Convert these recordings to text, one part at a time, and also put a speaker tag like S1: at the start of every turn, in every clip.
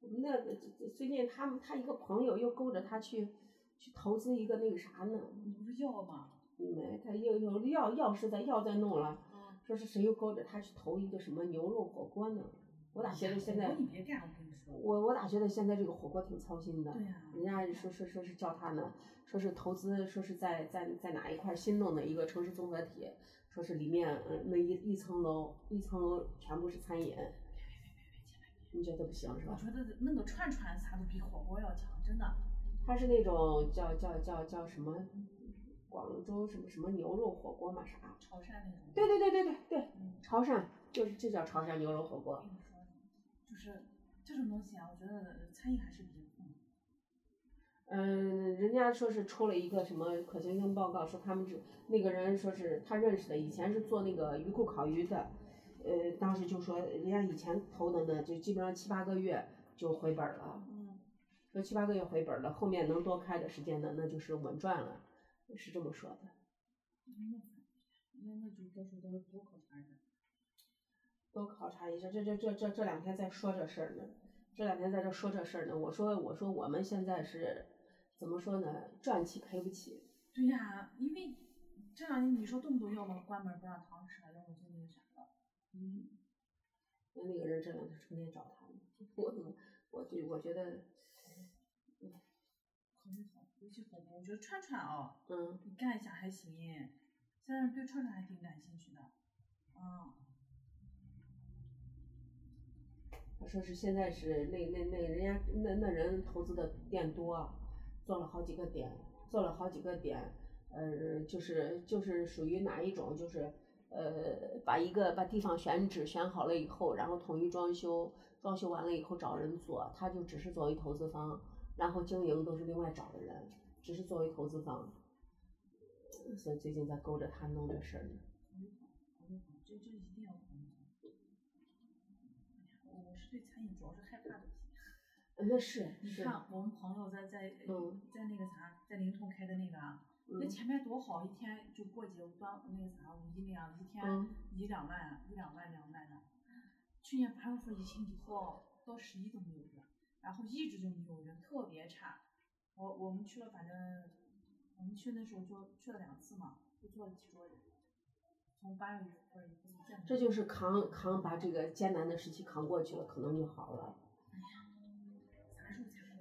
S1: 我们那个最近他们他一个朋友又勾着他去去投资一个那个啥呢？
S2: 你不是要吗？
S1: 没，他又又药药是在药在弄了，
S2: 啊，
S1: 说是谁又勾着他去投一个什么牛肉火锅呢？我咋觉得现在
S2: 你别干，我跟你说。
S1: 我我咋觉得现在这个火锅挺操心的？
S2: 对啊呀、
S1: 人家说说说是叫他呢，说是投资，说是在在在哪一块儿新弄的一个城市综合体，说是里面嗯那一一层楼一层楼全部是餐饮，你觉得不行是
S2: 我
S1: 吧？
S2: 觉得那个串串啥都比火锅要强，真的。
S1: 它是那种叫叫叫叫什么广州什么什么牛肉火锅嘛啥？
S2: 潮汕那种。
S1: 对对对对对对，
S2: 嗯，
S1: 潮汕就是这叫潮汕牛肉火
S2: 我
S1: 锅，
S2: 跟你说，就是这种东西啊，我觉得餐饮还是比嗯
S1: 嗯，人家说是出了一个什么可行性报告，说他们是那个人说是他认识的，以前是做那个鱼库烤鱼的，呃，当时就说人家以前投的呢，就基本上七八个月就回本儿了，
S2: 嗯，
S1: 说七八个月回本儿了，后面能多开的时间呢，那就是稳赚了，是这么说的。
S2: 那那就到时候多多考察一下。
S1: 多考察一下，这这这这这两天在说这事儿呢，这两天在这说这事儿呢，我说我说我们现在是怎么说呢，赚起赔不起。
S2: 对呀、因为这两年你说动不动要么关门不让堂食，要么就那个啥了。
S1: 嗯，那那个人这两天成天找他们，我我我就我觉得，
S2: 考虑好，尤其火锅，我觉得串串哦，
S1: 嗯，
S2: 你干一下还行，现在对串串还挺感兴趣的。啊、
S1: 他说是现在是那那那人家那那人投资的店多啊，做了好几个点，做了好几个点，呃，就是就是属于哪一种，就是呃，把一个把地方选址选好了以后，然后统一装修，装修完了以后找人做，他就只是作为投资方，然后经营都是另外找的人，只是作为投资方，所以最近在勾着他弄这事儿呢。
S2: 考虑好，考虑好，嗯这这一定要考虑好。哎呀，我我是对餐饮主要是害怕东西。
S1: 那嗯是
S2: 你
S1: 是，
S2: 看我们朋友在在、
S1: 嗯
S2: 在那个啥，在临潼开的那个啊，那
S1: 嗯
S2: 前面多好，一天就过节端那个啥五一那样，一天
S1: 嗯
S2: 一两万，啊一两万两万的。去年八月份疫情以后，到十一都没有人，然后一直就没有人，特别差。我我们去了，反正我们去那时候就去了两次嘛，就坐了几桌人。从八月份以后就再没有
S1: 这就是扛扛把这个艰难的时期扛过去了，可能就好了。
S2: 啥时候才能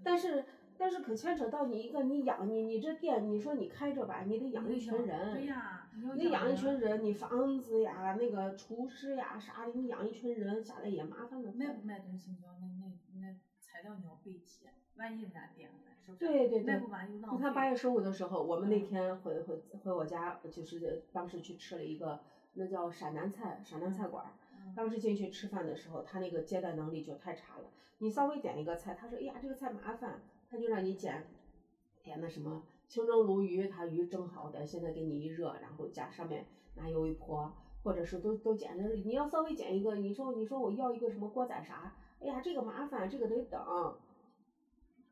S1: 但是但是可牵扯到你一个，你养你你这店，你说你开着吧，你得养一群人，
S2: 对呀、你要
S1: 你得养一
S2: 人
S1: 群人，你房子呀、那个厨师呀啥的，你养一群人下来也麻烦的
S2: 卖
S1: 很。
S2: 不卖东西，你要那那那材料你要备齐，万一人家点了，是不是？
S1: 对对对
S2: 卖不完又浪费。
S1: 你看八月十五的时候，我们那
S2: 嗯
S1: 天回回回我家，就是当时去吃了一个那叫陕南菜陕南菜馆儿，
S2: 嗯，
S1: 当时进去吃饭的时候，他那个接待能力就太差了。你稍微点一个菜，他说：“哎呀，这个菜麻烦。”他就让你点点那什么清蒸鲈鱼，他鱼蒸好的，现在给你一热，然后加上面拿油一泼，或者是都都简直，你要稍微捡一个，你说你说我要一个什么锅仔啥，哎呀，这个麻烦，这个得等。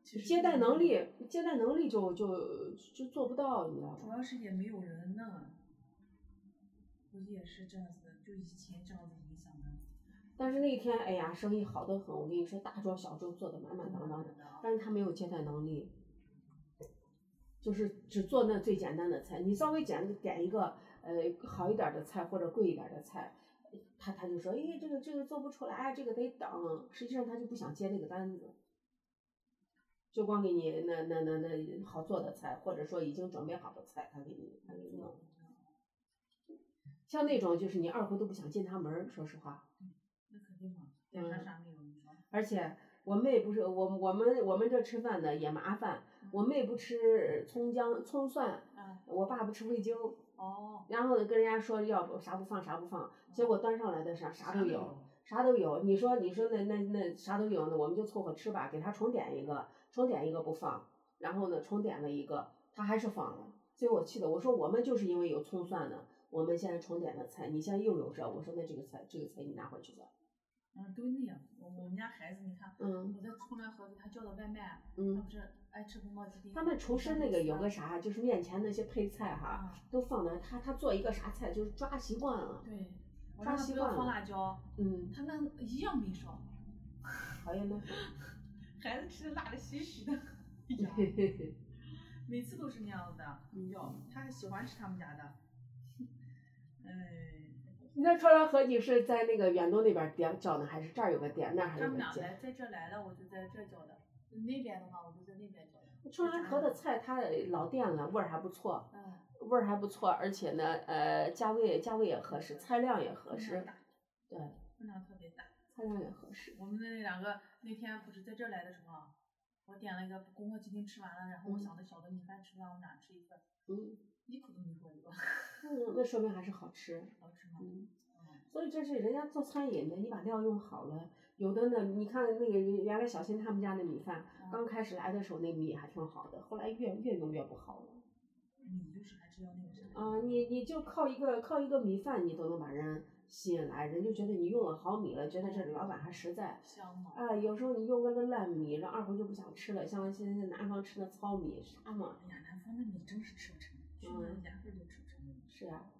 S2: 其实
S1: 接待能力，接待能力就就就做不到，你知道
S2: 主
S1: 吧？
S2: 要是也没有人呢，估计也是这样子的，就疫情这样子影响的，
S1: 但是那天，哎呀，生意好得很，我跟你说，大桌小桌做的满满当当的。
S2: 嗯
S1: 但是他没有接待能力，就是只做那最简单的菜。你稍微简点一个呃好一点的菜或者贵一点的菜，他他就说，哎，这个这个做不出来，这个得等。实际上他就不想接那个单子，就光给你那那那那好做的菜，或者说已经准备好的菜，他给你他给你弄。像那种就是你二胡都不想进他门儿，说实话。
S2: 那肯定嘛，
S1: 嗯
S2: 点啥啥没有，你说。
S1: 而且我妹不是我我们我们这吃饭呢也麻烦，我妹不吃葱姜葱蒜，
S2: 啊，
S1: 我爸不吃味精，
S2: 哦，
S1: 然后呢跟人家说要不啥不放啥不放，结果端上来的啥啥都
S2: 没
S1: 有，。啥都有。你说你说那那那啥都有呢，我们就凑合吃吧，给他重点一个，重点一个不放，然后呢重点了一个，他还是放了，所以我气的我说我们就是因为有葱蒜呢。我们现在重点的菜，你现在又有这，我说那这个菜，这个菜你拿回去吧。
S2: 嗯，都那样。我我们家孩子，你看，
S1: 嗯
S2: 我在出来盒给他叫的外卖，啊
S1: 嗯
S2: 他。不是爱吃宫保鸡丁。
S1: 他们厨师那个有个
S2: 啥？
S1: 啥，就是面前那些配菜哈，
S2: 啊，
S1: 都放那他他做一个啥菜，就是抓习惯了。
S2: 对，我
S1: 刷
S2: 让他
S1: 习
S2: 不要
S1: 惯
S2: 放
S1: 了
S2: 辣椒，
S1: 嗯，
S2: 他那一样没少。
S1: 讨厌的很。
S2: 孩子吃的辣的稀稀的，哎呀每次都是那样的。
S1: 嗯
S2: 哟，他还喜欢吃他们家的。 哎，
S1: 那川川和你是在那个远东那边点叫呢，还是这儿有个店，那儿还
S2: 他
S1: 有个
S2: 们俩
S1: 店？
S2: 来在这儿来了，我就在这儿叫的；那边的话，我就在那边叫的。
S1: 川川河的菜，它老店了，味儿还不错，
S2: 嗯，
S1: 味儿还不错，而且呢，呃，价位价位也合适，菜量也合
S2: 分
S1: 适
S2: 量，大，
S1: 对，
S2: 分量特别大。
S1: 菜量也合适。
S2: 我们那两个那天不是在这儿来的时候，啊我点了一个宫保鸡丁吃完了，然后我
S1: 嗯
S2: 想着小的米饭吃不完，我们俩吃一份，
S1: 嗯，
S2: 一口都没说一个，
S1: 嗯那说明还是好吃。
S2: 好吃吗？
S1: 嗯，所以这是人家做餐饮的，你把料用好了。有的呢，你看那个人原来小新他们家那米饭，刚开始来的时候那米还挺好的，后来越越用越不好了。
S2: 你就是还是要那个啥。
S1: 啊、你你就靠一个靠一个米饭，你都能把人吸引来，人就觉得你用了好米了，觉得这老板还实在。
S2: 香嘛，
S1: 啊、有时候你用个那烂米，人二婚就不想吃了。像现在南方吃那糙米，啥嘛？
S2: 哎呀，南方的米真是吃不成，去
S1: 嗯
S2: 南牙根儿都吃不成。
S1: 是啊，